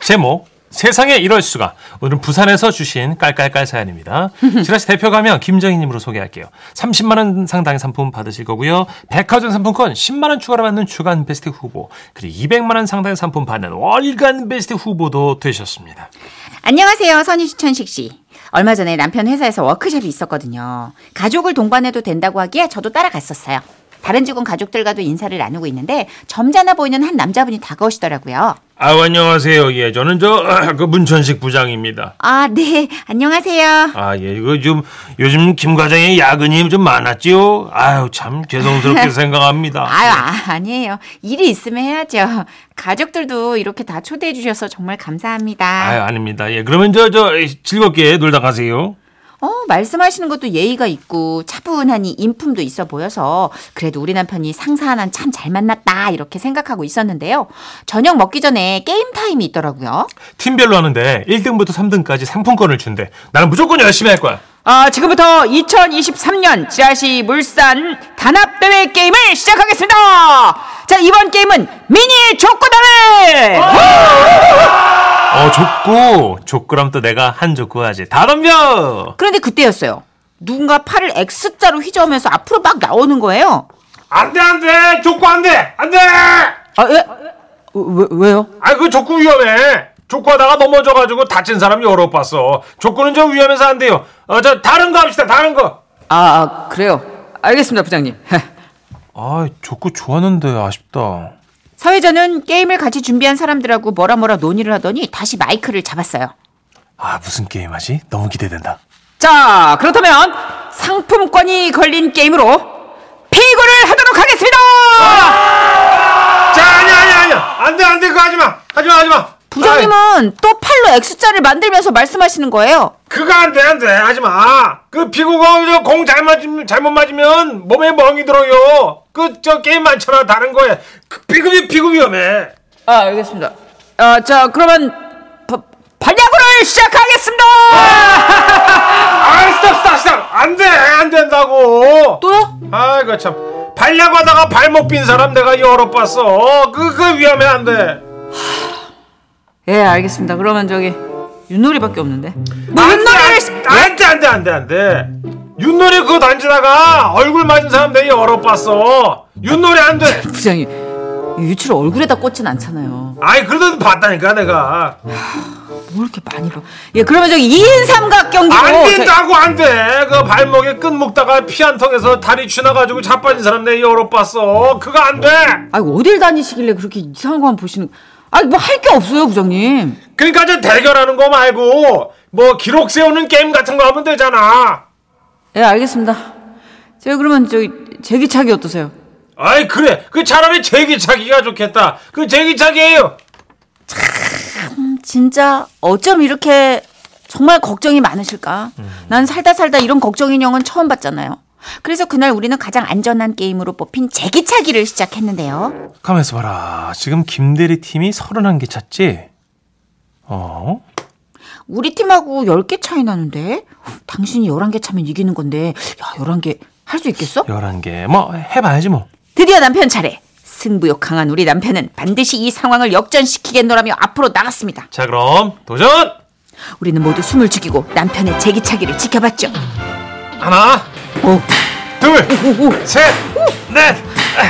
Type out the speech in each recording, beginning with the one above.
제목 세상에 이럴 수가 오늘은 부산에서 주신 깔깔깔 사연입니다. 지라시 대표 가면 김정희님으로 소개할게요. 30만 원 상당의 상품 받으실 거고요. 백화점 상품권 10만 원 추가로 받는 주간 베스트 후보 그리고 200만 원 상당의 상품 받는 월간 베스트 후보도 되셨습니다. 안녕하세요, 선희 추천식 씨. 얼마 전에 남편 회사에서 워크숍이 있었거든요. 가족을 동반해도 된다고 하기에 저도 따라갔었어요. 다른 직원 가족들과도 인사를 나누고 있는데 점잖아 보이는 한 남자분이 다가오시더라고요. 아 안녕하세요. 예 저는 저 그 문천식 부장입니다. 아, 네. 안녕하세요. 아, 예, 이거 좀, 요즘 김 과장의 야근이 좀 많았지요? 아유, 참, 죄송스럽게 생각합니다. 아유, 아, 아니에요. 일이 있으면 해야죠. 가족들도 이렇게 다 초대해 주셔서 정말 감사합니다. 아유, 아닙니다. 예, 그러면 저, 저, 즐겁게 놀다 가세요. 어, 말씀하시는 것도 예의가 있고 차분하니 인품도 있어 보여서 그래도 우리 남편이 상사 하나는 참 잘 만났다 이렇게 생각하고 있었는데요. 저녁 먹기 전에 게임 타임이 있더라고요. 팀별로 하는데 1등부터 3등까지 상품권을 준대. 나는 무조건 열심히 할 거야. 아, 지금부터 2023년 지라시 물산 단합대회 게임을 시작하겠습니다. 자, 이번 게임은 미니 족구대회! 어, 족구. 족구라면 또 내가 한 족구 하지. 다 덤벼! 그런데 그때였어요. 누군가 팔을 X자로 휘저으면서 앞으로 막 나오는 거예요. 안 돼, 안 돼! 족구 안 돼! 안 돼! 아, 왜? 왜, 왜요? 아, 그 족구 위험해. 족구하다가 넘어져가지고 다친 사람 여러 봤어. 족구는 좀 위험해서 안 돼요. 어, 저, 다른 거 합시다, 다른 거. 아, 아, 그래요. 알겠습니다, 부장님. 아, 족구 좋아하는데 아쉽다. 사회자는 게임을 같이 준비한 사람들하고 뭐라 뭐라 논의를 하더니 다시 마이크를 잡았어요. 아 무슨 게임 하지? 너무 기대된다. 자, 그렇다면 상품권이 걸린 게임으로 피구를 하도록 하겠습니다. 자 아니야 아니야 아니야 안돼 안돼 그거 하지 마 하지 마 하지 마. 아이, 부장님은 또 팔로 X자를 만들면서 말씀하시는 거예요. 그거 안돼 안돼 하지 마. 그 피구가 공잘 맞으면 잘못 맞으면 몸에 멍이 들어요. 그 저 게임 많잖아 다른 거에 그 피구이 피구 위험해. 아, 알겠습니다. 아, 자, 그러면 바- 반야구를 시작하겠습니다. 아 스탑 스탑 스탑 안돼 안 된다고. 또요? 아이고 참 발려고 하다가 발목 빈 사람 내가 여러 봤어. 그그 위험해 안 돼. 예, 알겠습니다. 그러면 저기 윷놀이밖에 없는데. 뭐 윷놀이를 시- 안돼 안돼 안돼 안돼 윷놀이 그거 던지다가 얼굴 맞은 사람 되게 얼어봤어 윷놀이 안돼 부장님 유출 얼굴에다 꽂진 않잖아요. 아이 그래도 봤다니까 내가 뭘 이렇게 많이 봐. 예, 그러면 저기 2인 삼각 경기로 안 저희- 된다고 안돼 그 발목에 끈 묶다가 피 한 통에서 다리 쥐나가지고 자빠진 사람 되게 얼어봤어 그거 안돼 아, 어딜 다니시길래 그렇게 이상한 거만 보시는 아니 뭐 할 게 없어요, 부장님. 그러니까 저 대결하는 거 말고 뭐 기록 세우는 게임 같은 거 하면 되잖아 예, 알겠습니다. 제가 그러면 저기 제기차기 어떠세요? 아이 그래 그 차라리 제기차기가 좋겠다 그 제기차기예요 진짜 어쩜 이렇게 정말 걱정이 많으실까? 음. 난 살다 살다 이런 걱정 인형은 처음 봤잖아요. 그래서 그날 우리는 가장 안전한 게임으로 뽑힌 제기차기를 시작했는데요. 가만있어 봐라. 아, 지금 김대리 팀이 31개 찼지? 어? 우리 팀하고 10개 차이 나는데? 당신이 11개 차면 이기는 건데, 야, 11개 할 수 있겠어? 11개. 뭐, 해봐야지 뭐. 드디어 남편 차례. 승부욕 강한 우리 남편은 반드시 이 상황을 역전시키겠노라며 앞으로 나갔습니다. 자, 그럼, 도전! 우리는 모두 숨을 죽이고 남편의 제기차기를 지켜봤죠. 하나, 어. 오, 둘, 오, 오. 셋, 넷!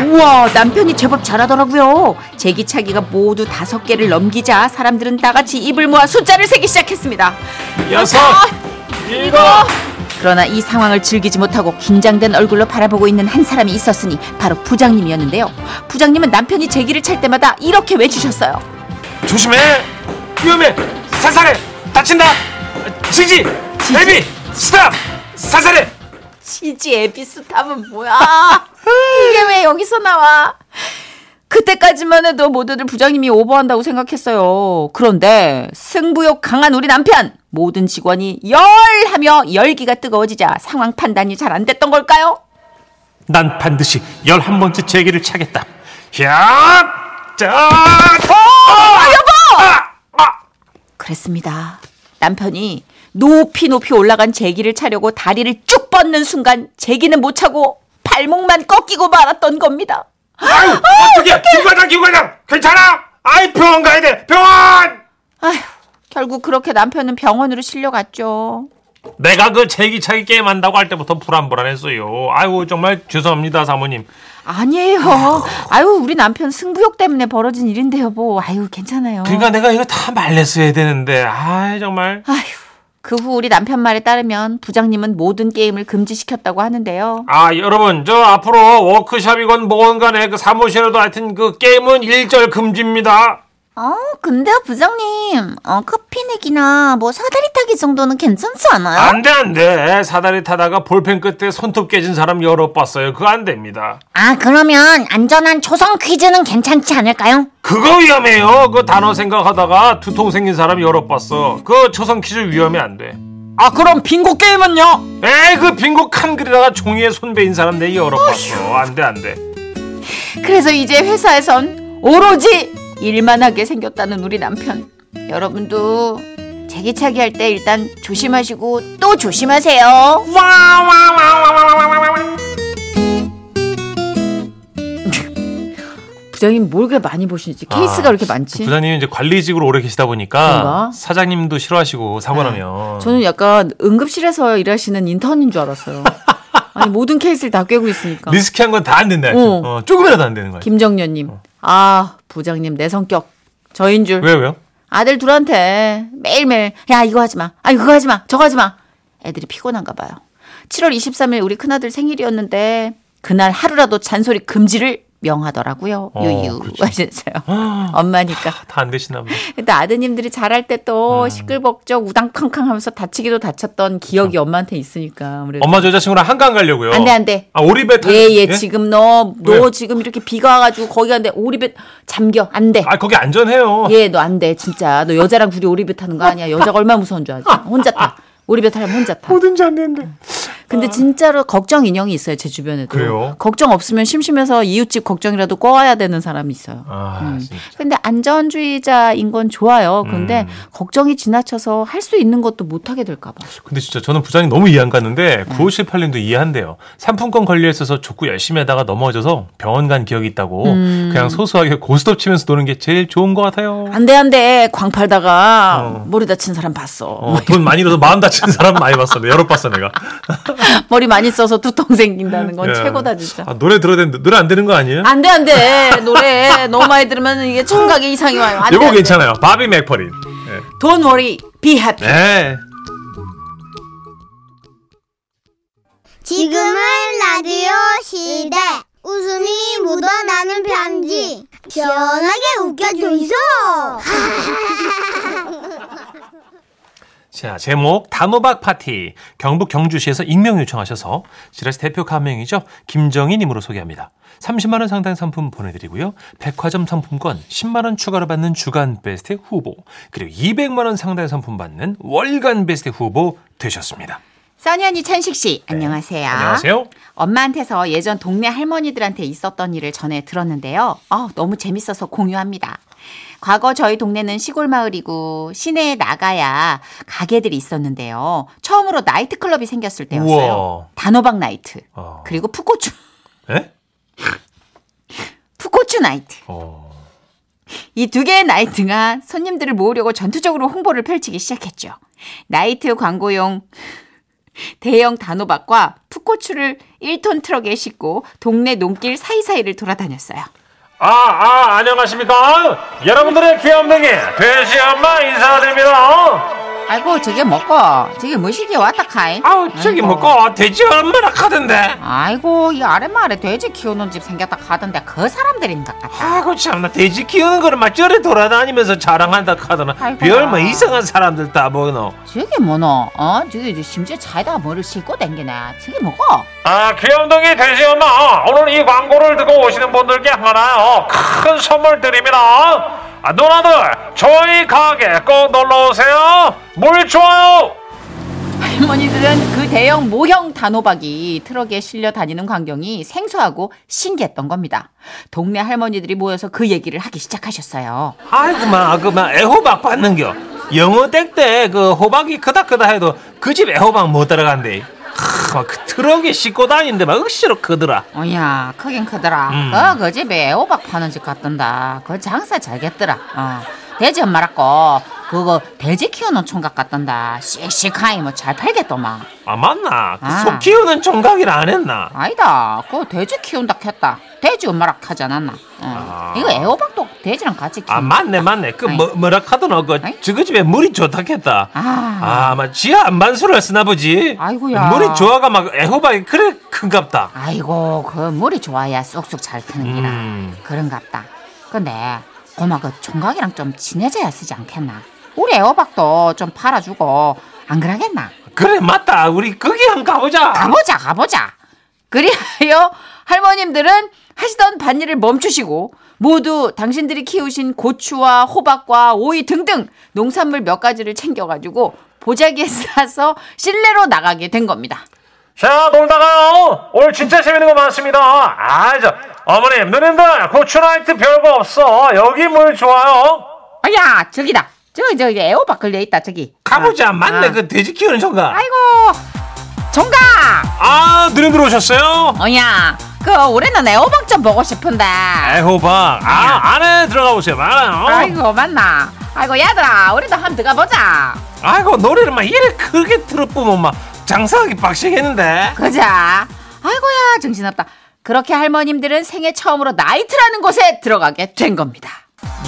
우와 남편이 제법 잘하더라고요. 제기차기가 모두 다섯 개를 넘기자 사람들은 다 같이 입을 모아 숫자를 세기 시작했습니다. 아, 여섯, 일곱! 그러나 이 상황을 즐기지 못하고 긴장된 얼굴로 바라보고 있는 한 사람이 있었으니 바로 부장님이었는데요. 부장님은 남편이 제기를 찰 때마다 이렇게 외치셨어요. 조심해! 위험해! 살살해! 다친다! 지지! 데비! 스탑! 살살해! 치즈 에비스탑은 뭐야? 이게 왜 여기서 나와? 그때까지만 해도 모두들 부장님이 오버한다고 생각했어요. 그런데 승부욕 강한 우리 남편! 모든 직원이 열하며 열기가 뜨거워지자 상황 판단이 잘 안 됐던 걸까요? 난 반드시 11번째 제기를 차겠다. 야! 자! 어, 아, 여보! 그랬습니다. 남편이 높이 높이 올라간 제기를 차려고 다리를 쭉 뻗는 순간 제기는 못 차고 발목만 꺾이고 말았던 겁니다. 아, 어, 아유, 어떡해! 김과장, 김과장! 괜찮아? 아이, 병원 가야 돼! 병원! 아휴, 결국 그렇게 남편은 병원으로 실려갔죠. 내가 그 제기차기 게임한다고 할 때부터 불안불안했어요. 아이고 정말 죄송합니다 사모님. 아니에요. 아유, 우리 남편 승부욕 때문에 벌어진 일인데 여보. 아유, 괜찮아요. 그러니까 내가 이거 다 말렸어야 되는데 아 정말 아휴, 그 후 우리 남편 말에 따르면 부장님은 모든 게임을 금지시켰다고 하는데요. 아 여러분 저 앞으로 워크샵이건 뭐건간에 그 사무실에도 하여튼 그 게임은 일절 금지입니다. 어, 근데요, 부장님. 어, 커피 내기나 뭐 사다리 타기 정도는 괜찮지 어? 않아요? 안돼 안돼 사다리 타다가 볼펜 끝에 손톱 깨진 사람 여러 봤어요. 그거 안 됩니다. 아, 그러면 안전한 초성 퀴즈는 괜찮지 않을까요? 그거 위험해요. 그 단어 생각하다가 두통 생긴 사람 여러 봤어. 그 초성 퀴즈 위험이 안 돼. 아, 그럼 빙고 게임은요? 에이 그 빙고 칸 그리다가 종이에 손 베인 사람 내 여러 봤어. 안돼 안돼. 그래서 이제 회사에선 오로지 일만 하게 생겼다는 우리 남편. 여러분도 제기차기 할 때 일단 조심하시고 또 조심하세요. 부장님 뭘 그렇게 많이 보시는지 케이스가 아, 그렇게 많지? 부장님이 이제 관리직으로 오래 계시다 보니까 그런가? 아, 사장님도 싫어하시고 사고 나면 저는 약간 응급실에서 일하시는 인턴인 줄 알았어요. 아니 모든 케이스를 다 꿰고 있으니까. 리스키한 건 다 안 된다. 그러니까. 어. 어, 조금이라도 안 되는 거야. 김정년님, 아 부장님 내 성격 저인 줄 어. 왜 왜요? 아들 둘한테 매일매일 야 이거 하지 마, 아니 그거 하지 마, 저거 하지 마. 애들이 피곤한가 봐요. 7월 23일 우리 큰아들 생일이었는데 그날 하루라도 잔소리 금지를 명하더라고요. 어, 유유 그렇죠. 아. 하셨어요. 엄마니까. 다 안 되시나 보다. 근데 아드님들이 잘할 때 또 음. 시끌벅적 우당탕탕하면서 다치기도 다쳤던 기억이 어. 엄마한테 있으니까 아무래도 엄마 저 여자친구랑 한강 가려고요. 그- 안돼 안돼 아 오리배 타. 얘얘 지금 너 너 왜? 지금 이렇게 비가 와가지고 거기 안돼 오리배 잠겨 안돼 아 거기 안전해요. 얘 너 안돼 진짜 너 여자랑 둘이 오리배 타는 거 아니야 여자가 얼마나 무서운 줄 알지 혼자 타 오리배 타려면 혼자 타 뭐든지 안 되는데. 근데 진짜로 걱정 인형이 있어요 제 주변에도 그래요? 걱정 없으면 심심해서 이웃집 걱정이라도 꿔와야 되는 사람이 있어요 아 음. 진짜. 근데 안전주의자인 건 좋아요. 근데 음. 걱정이 지나쳐서 할 수 있는 것도 못 하게 될까 봐. 근데 진짜 저는 부장님 너무 이해 안 가는데 9578님도 이해한대요. 상품권 관리에 있어서 족구 열심히 하다가 넘어져서 병원 간 기억이 있다고 음. 그냥 소소하게 고스톱 치면서 노는 게 제일 좋은 것 같아요. 안돼 안돼 광 팔다가 어. 머리 다친 사람 봤어. 뭐 어, 돈 많이 잃어서 마음 다치는 사람 많이 봤어. 내가 여러 봤어 내가. 머리 많이 써서 두통 생긴다는 건 예. 최고다 진짜. 아, 노래 들어야 되는데 노래 안 되는 거 아니에요? 안돼 안돼 노래 너무 많이 들으면 이게 청각에 이상이 와요. 안돼 이거 안돼. 괜찮아요. 바비 맥퍼린. 예. Don't worry, be happy. 네. 지금은 라디오 시대. 웃음이 묻어나는 편지. 시원하게 웃겨주이소. 자, 제목 단호박 파티. 경북 경주시에서 익명 요청하셔서 지라시 대표 가명이죠. 김정희 님으로 소개합니다. 30만 원 상당 상품 보내 드리고요. 백화점 상품권 10만 원 추가로 받는 주간 베스트 후보, 그리고 200만 원 상당의 상품 받는 월간 베스트 후보 되셨습니다. 써니 언니 천식 씨 안녕하세요. 네. 안녕하세요. 엄마한테서 예전 동네 할머니들한테 있었던 일을 전해 들었는데요. 아, 너무 재밌어서 공유합니다. 과거 저희 동네는 시골 마을이고 시내에 나가야 가게들이 있었는데요. 처음으로 나이트클럽이 생겼을 때였어요. 우와. 단호박 나이트. 어. 그리고 풋고추 예? 풋고추 나이트. 어. 이 두 개의 나이트가 손님들을 모으려고 전투적으로 홍보를 펼치기 시작했죠. 나이트 광고용 대형 단호박과 풋고추를 1톤 트럭에 싣고 동네 농길 사이사이를 돌아다녔어요. 아, 아, 안녕하십니까? 어? 여러분들의 귀염둥이 돼지 엄마 인사드립니다. 어? 아이고 저게 먹고 저게 뭐시기 왔다 카이. 아우, 저기 뭐고 어, 돼지 엄마라 카던데. 아이고 이 아랫마을에 돼지 키우는 집 생겼다 카던데 그 사람들인 것 같다. 아이고 참나 돼지 키우는 거를 막 저래 돌아다니면서 자랑한다 카더나 아이고. 별뭐 이상한 사람들 다 보노 저게 뭐노? 어 저게 심지어 차에다가 뭐를 싣고 댕기네. 저게 먹고. 아 귀염둥이 돼지 엄마 어, 오늘 이 광고를 듣고 오시는 분들께 하나 어, 큰 선물 드립니다 아, 누나들 저희 가게 꼭 놀러오세요 물 좋아요 할머니들은 그 대형 모형 단호박이 트럭에 실려 다니는 광경이 생소하고 신기했던 겁니다. 동네 할머니들이 모여서 그 얘기를 하기 시작하셨어요. 아이고마 그만 애호박 받는겨 영어 댁때 그 호박이 크다 크다 해도 그 집 애호박 못 따라간대 하, 그 트럭에 싣고 다니는데 막 억시로 크더라 어야, 크긴 크더라. 음. 어, 그 집에 오박 파는 집 같던다. 그 장사 잘겠더라. 어. 돼지 엄마라 고 그거 돼지 키우는 총각 같던다. 씩씩하니 뭐 잘 팔겠더만. 아 맞나? 아. 그소 키우는 총각이라 안 했나? 아니다. 그거 돼지 키운다 했다. 돼지 엄마라 하지 않았나? 응. 아. 이거 애호박도 돼지랑 같이 키운다. 아 맞네 맞네 그 아이. 뭐, 뭐라 하더노 그 아이. 저거 집에 물이 좋다겠다 아. 아, 막 지하 안반수를 쓰나 보지. 아이고야. 물이 좋아가 막 애호박이 그래 큰갑다. 이고그 물이 좋아야 쏙쏙 잘 트는기라. 음. 그런갑다. 근데 고마 그 총각이랑 좀 친해져야 쓰지 않겠나? 우리 애호박도 좀 팔아주고 안 그러겠나? 그래 맞다. 우리 거기 한번 가보자. 가보자 가보자 그리하여 할머님들은 하시던 밭일을 멈추시고 모두 당신들이 키우신 고추와 호박과 오이 등등 농산물 몇 가지를 챙겨가지고 보자기에 싸서 실내로 나가게 된 겁니다. 자 놀다가요. 오늘 진짜 재밌는 거 많습니다. 아저 어머님 누님들 고추라이트 별거 없어. 여기 물 좋아요. 아야 저기다 저기 저기 애호박 걸려 있다 저기 가보자. 아, 맞네 아. 그 돼지 키우는 총각. 아이고 정가 아 누님들 오셨어요? 어야 그 올해는 애호박 좀 보고 싶은데 애호박. 아 안에 들어가 보세요. 알아요. 아이고 맞나 아이고 얘들아 우리도 한번 들어가보자 아이고 노래를 막 이래 크게 들어보면 막 장사하기 빡시겠는데. 그자. 아이고야 정신없다. 그렇게 할머님들은 생애 처음으로 나이트라는 곳에 들어가게 된 겁니다.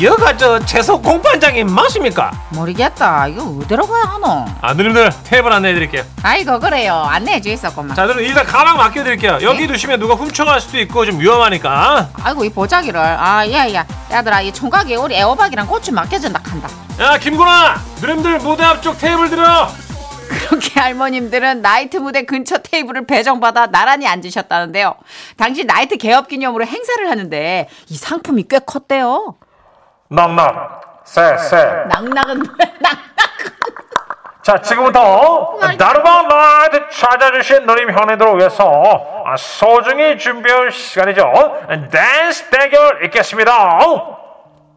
여가 저 채소 공판장이 맞습니까? 모르겠다. 이거 어디로 가야 하노? 아 누님들 테이블 안내해드릴게요 아이고 그래요. 안내해 주겠었구만. 자 누님 일단 가방 맡겨드릴게요 여기 두시면 누가 훔쳐갈 수도 있고 좀 위험하니까 아이고 이 보자기를. 아 야야. 야들아 이 총각이 우리 애호박이랑 고추 맡겨준다 한다. 야 김구나 누님들 무대 앞쪽 테이블 들어 그렇게 할머님들은 나이트 무대 근처 테이블을 배정받아 나란히 앉으셨다는데요. 당시 나이트 개업 기념으로 행사를 하는데 이 상품이 꽤 컸대요. 넉넉 쎄쎄 낙낙은 뭐야? 낙낙. 자 지금부터 나르바 나이트 찾아주신 누님 형님들을 위해서 아, 소중히 준비할 시간이죠 댄스 대결 있겠습니다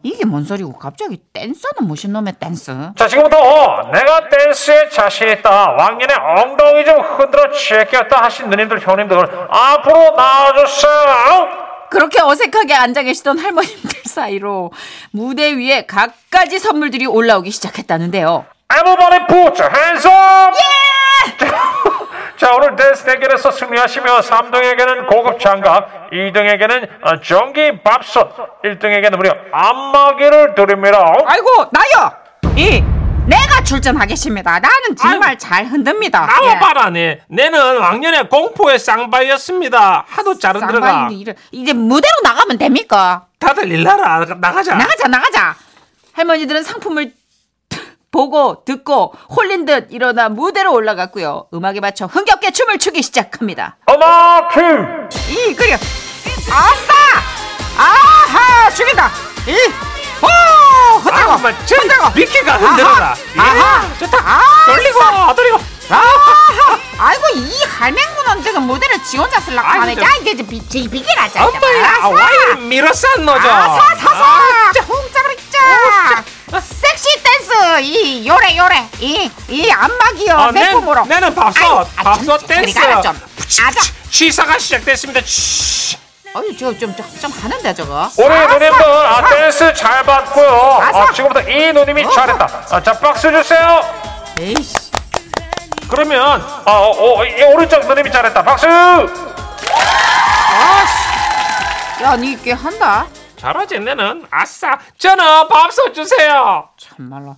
이게 뭔 소리고 갑자기 댄서는 무슨 놈의 댄스? 자 지금부터 내가 댄스에 자신 있다 왕년에 엉덩이 좀 흔들어 제꼈다 하신 누님들 형님들 앞으로 나와주세요 그렇게 어색하게 앉아 계시던 할머님들 사이로 무대 위에 각가지 선물들이 올라오기 시작했다는데요. Everybody put your hands up! 자 오늘 댄스 대결에서 승리하시며 3등에게는 고급 장갑 2등에게는 어, 전기 밥솥 1등에게는 무려 안마기를 드립니다 아이고 나요. 이 내가 출전하겠습니다. 나는 정말 잘 흔듭니다. 예. 나와 봐라니 네. 내는 왕년에 공포의 쌍바이였습니다 하도 자른 들어가 쌍바인데 이제 무대로 나가면 됩니까? 다들 일나라 나가자 나가자 나가자. 할머니들은 상품을 보고 듣고 홀린 듯 일어나 무대로 올라갔고요. 음악에 맞춰 흥겹게 춤을 추기 시작합니다. 음악 큐! 이 그려 아싸 아하 죽인다 이오 흔들고 아마 저 흔들고 미끼가 흔들어라 아하 예, 좋다 아, 돌리고 돌리고 아하 아이고 이 할맹구는 지금 무대를 지 혼자 쓸라고 아이고, 하네 저- 야 이게 좀 비- 지- 비키라 자 이제. 엄마야 아, 알았어. 와이 밀어싼 노죠 아, 아사 사사 홍자 그랬자 섹시 댄스 이 요래 요래 이 이 안마기요 아, 내, 매콤으로 내는 아이고, 밥솥 아, 밥솥 좀- 댄스 저리 가라, 좀. 아자 취사가 시작됐습니다 쉬. 어이 저좀좀 좀 하는데 저거 우리 아싸. 누님들 아, 댄스 잘 봤고요. 아싸. 아, 지금부터 이 누님이 잘했다. 어, 아, 자 박수 주세요. 에이씨 그러면 아, 어, 어, 이 오른쪽 누님이 잘했다. 박수. 야, 니 꽤 한다. 잘하지 내는 아싸 저는 밥솥 주세요 참말로.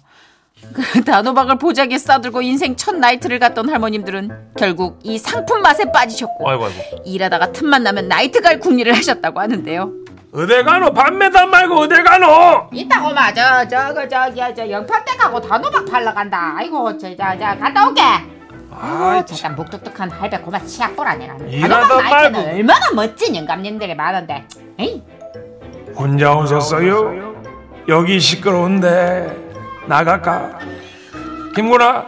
그 단호박을 보자기에 싸들고 인생 첫 나이트를 갔던 할머님들은 결국 이 상품 맛에 빠지셨고 아이고 아이고 일하다가 틈만 나면 나이트 갈 궁리를 하셨다고 하는데요. 어디 가노 밤매단 말고 어디 가노 이따 오마 저 그, 저거 저기 저 영판댁 가고 단호박 팔러 간다. 아이고 저저저 갔다 올게. 아, 잠깐 묵뚝뚝한 할배 고마 치약 보라니라. 일하다 단호박 나이트는 말고. 얼마나 멋진 영감님들이 많은데. 에이. 혼자 오셨어요? 여기 시끄러운데 나갈까? 김구나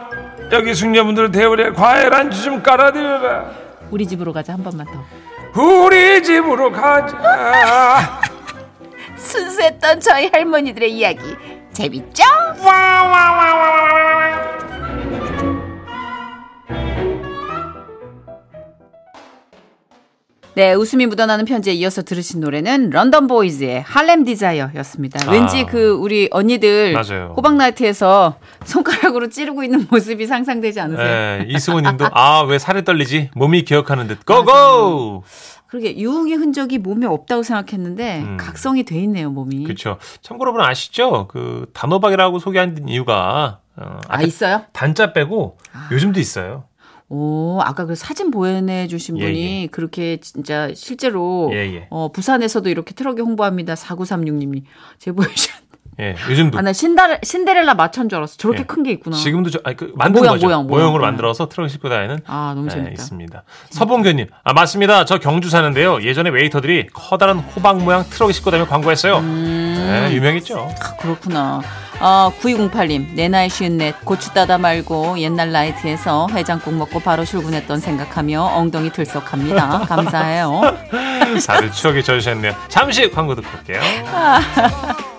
여기 숙녀분들 테이블에 과일 안주 좀 깔아드려라 우리 집으로 가자 한 번만 더. 우리 집으로 가자 순수했던 저희 할머니들의 이야기 재밌죠? 네, 웃음이 묻어나는 편지에 이어서 들으신 노래는 런던 보이즈의 할렘 디자이어였습니다. 왠지 아. 그 우리 언니들 맞아요. 호박나이트에서 손가락으로 찌르고 있는 모습이 상상되지 않으세요? 예, 이승호 님도 아, 왜 살이 떨리지? 몸이 기억하는 듯. 고고! 그러게 유흥의 흔적이 몸에 없다고 생각했는데 음. 각성이 돼 있네요, 몸이. 그렇죠. 참고로 여러분 아시죠? 그 단호박이라고 소개한 이유가 어, 아, 앞에 있어요? 단자 빼고 아. 요즘도 있어요. 오, 아까 그 사진 보내주신 예, 분이 그렇게 진짜 실제로 예, 예. 어, 부산에서도 이렇게 트럭에 홍보합니다. 4936님이 제보해주셨 예, 요즘도 아, 나 신다레, 신데렐라 마차인 줄 알았어. 저렇게 예. 큰 게 있구나. 지금도 저, 아니, 그 만든 모양, 거죠. 모양, 모양. 모형으로 네. 만들어서 트럭에 싣고 다니는 아, 너무 네, 재밌다. 있습니다. 서봉교님, 아 맞습니다. 저 경주 사는데요. 예전에 웨이터들이 커다란 호박 모양 트럭에 싣고 다니며 광고했어요. 음. 네, 유명했죠. 아, 그렇구나. 아, 9208님, 내 나이 쉰넷, 고추 따다 말고 옛날 라이트에서 해장국 먹고 바로 출근했던 생각하며 엉덩이 들썩합니다. 감사해요. 다들 추억에 젖으셨네요. 잠시 광고 듣고 올게요.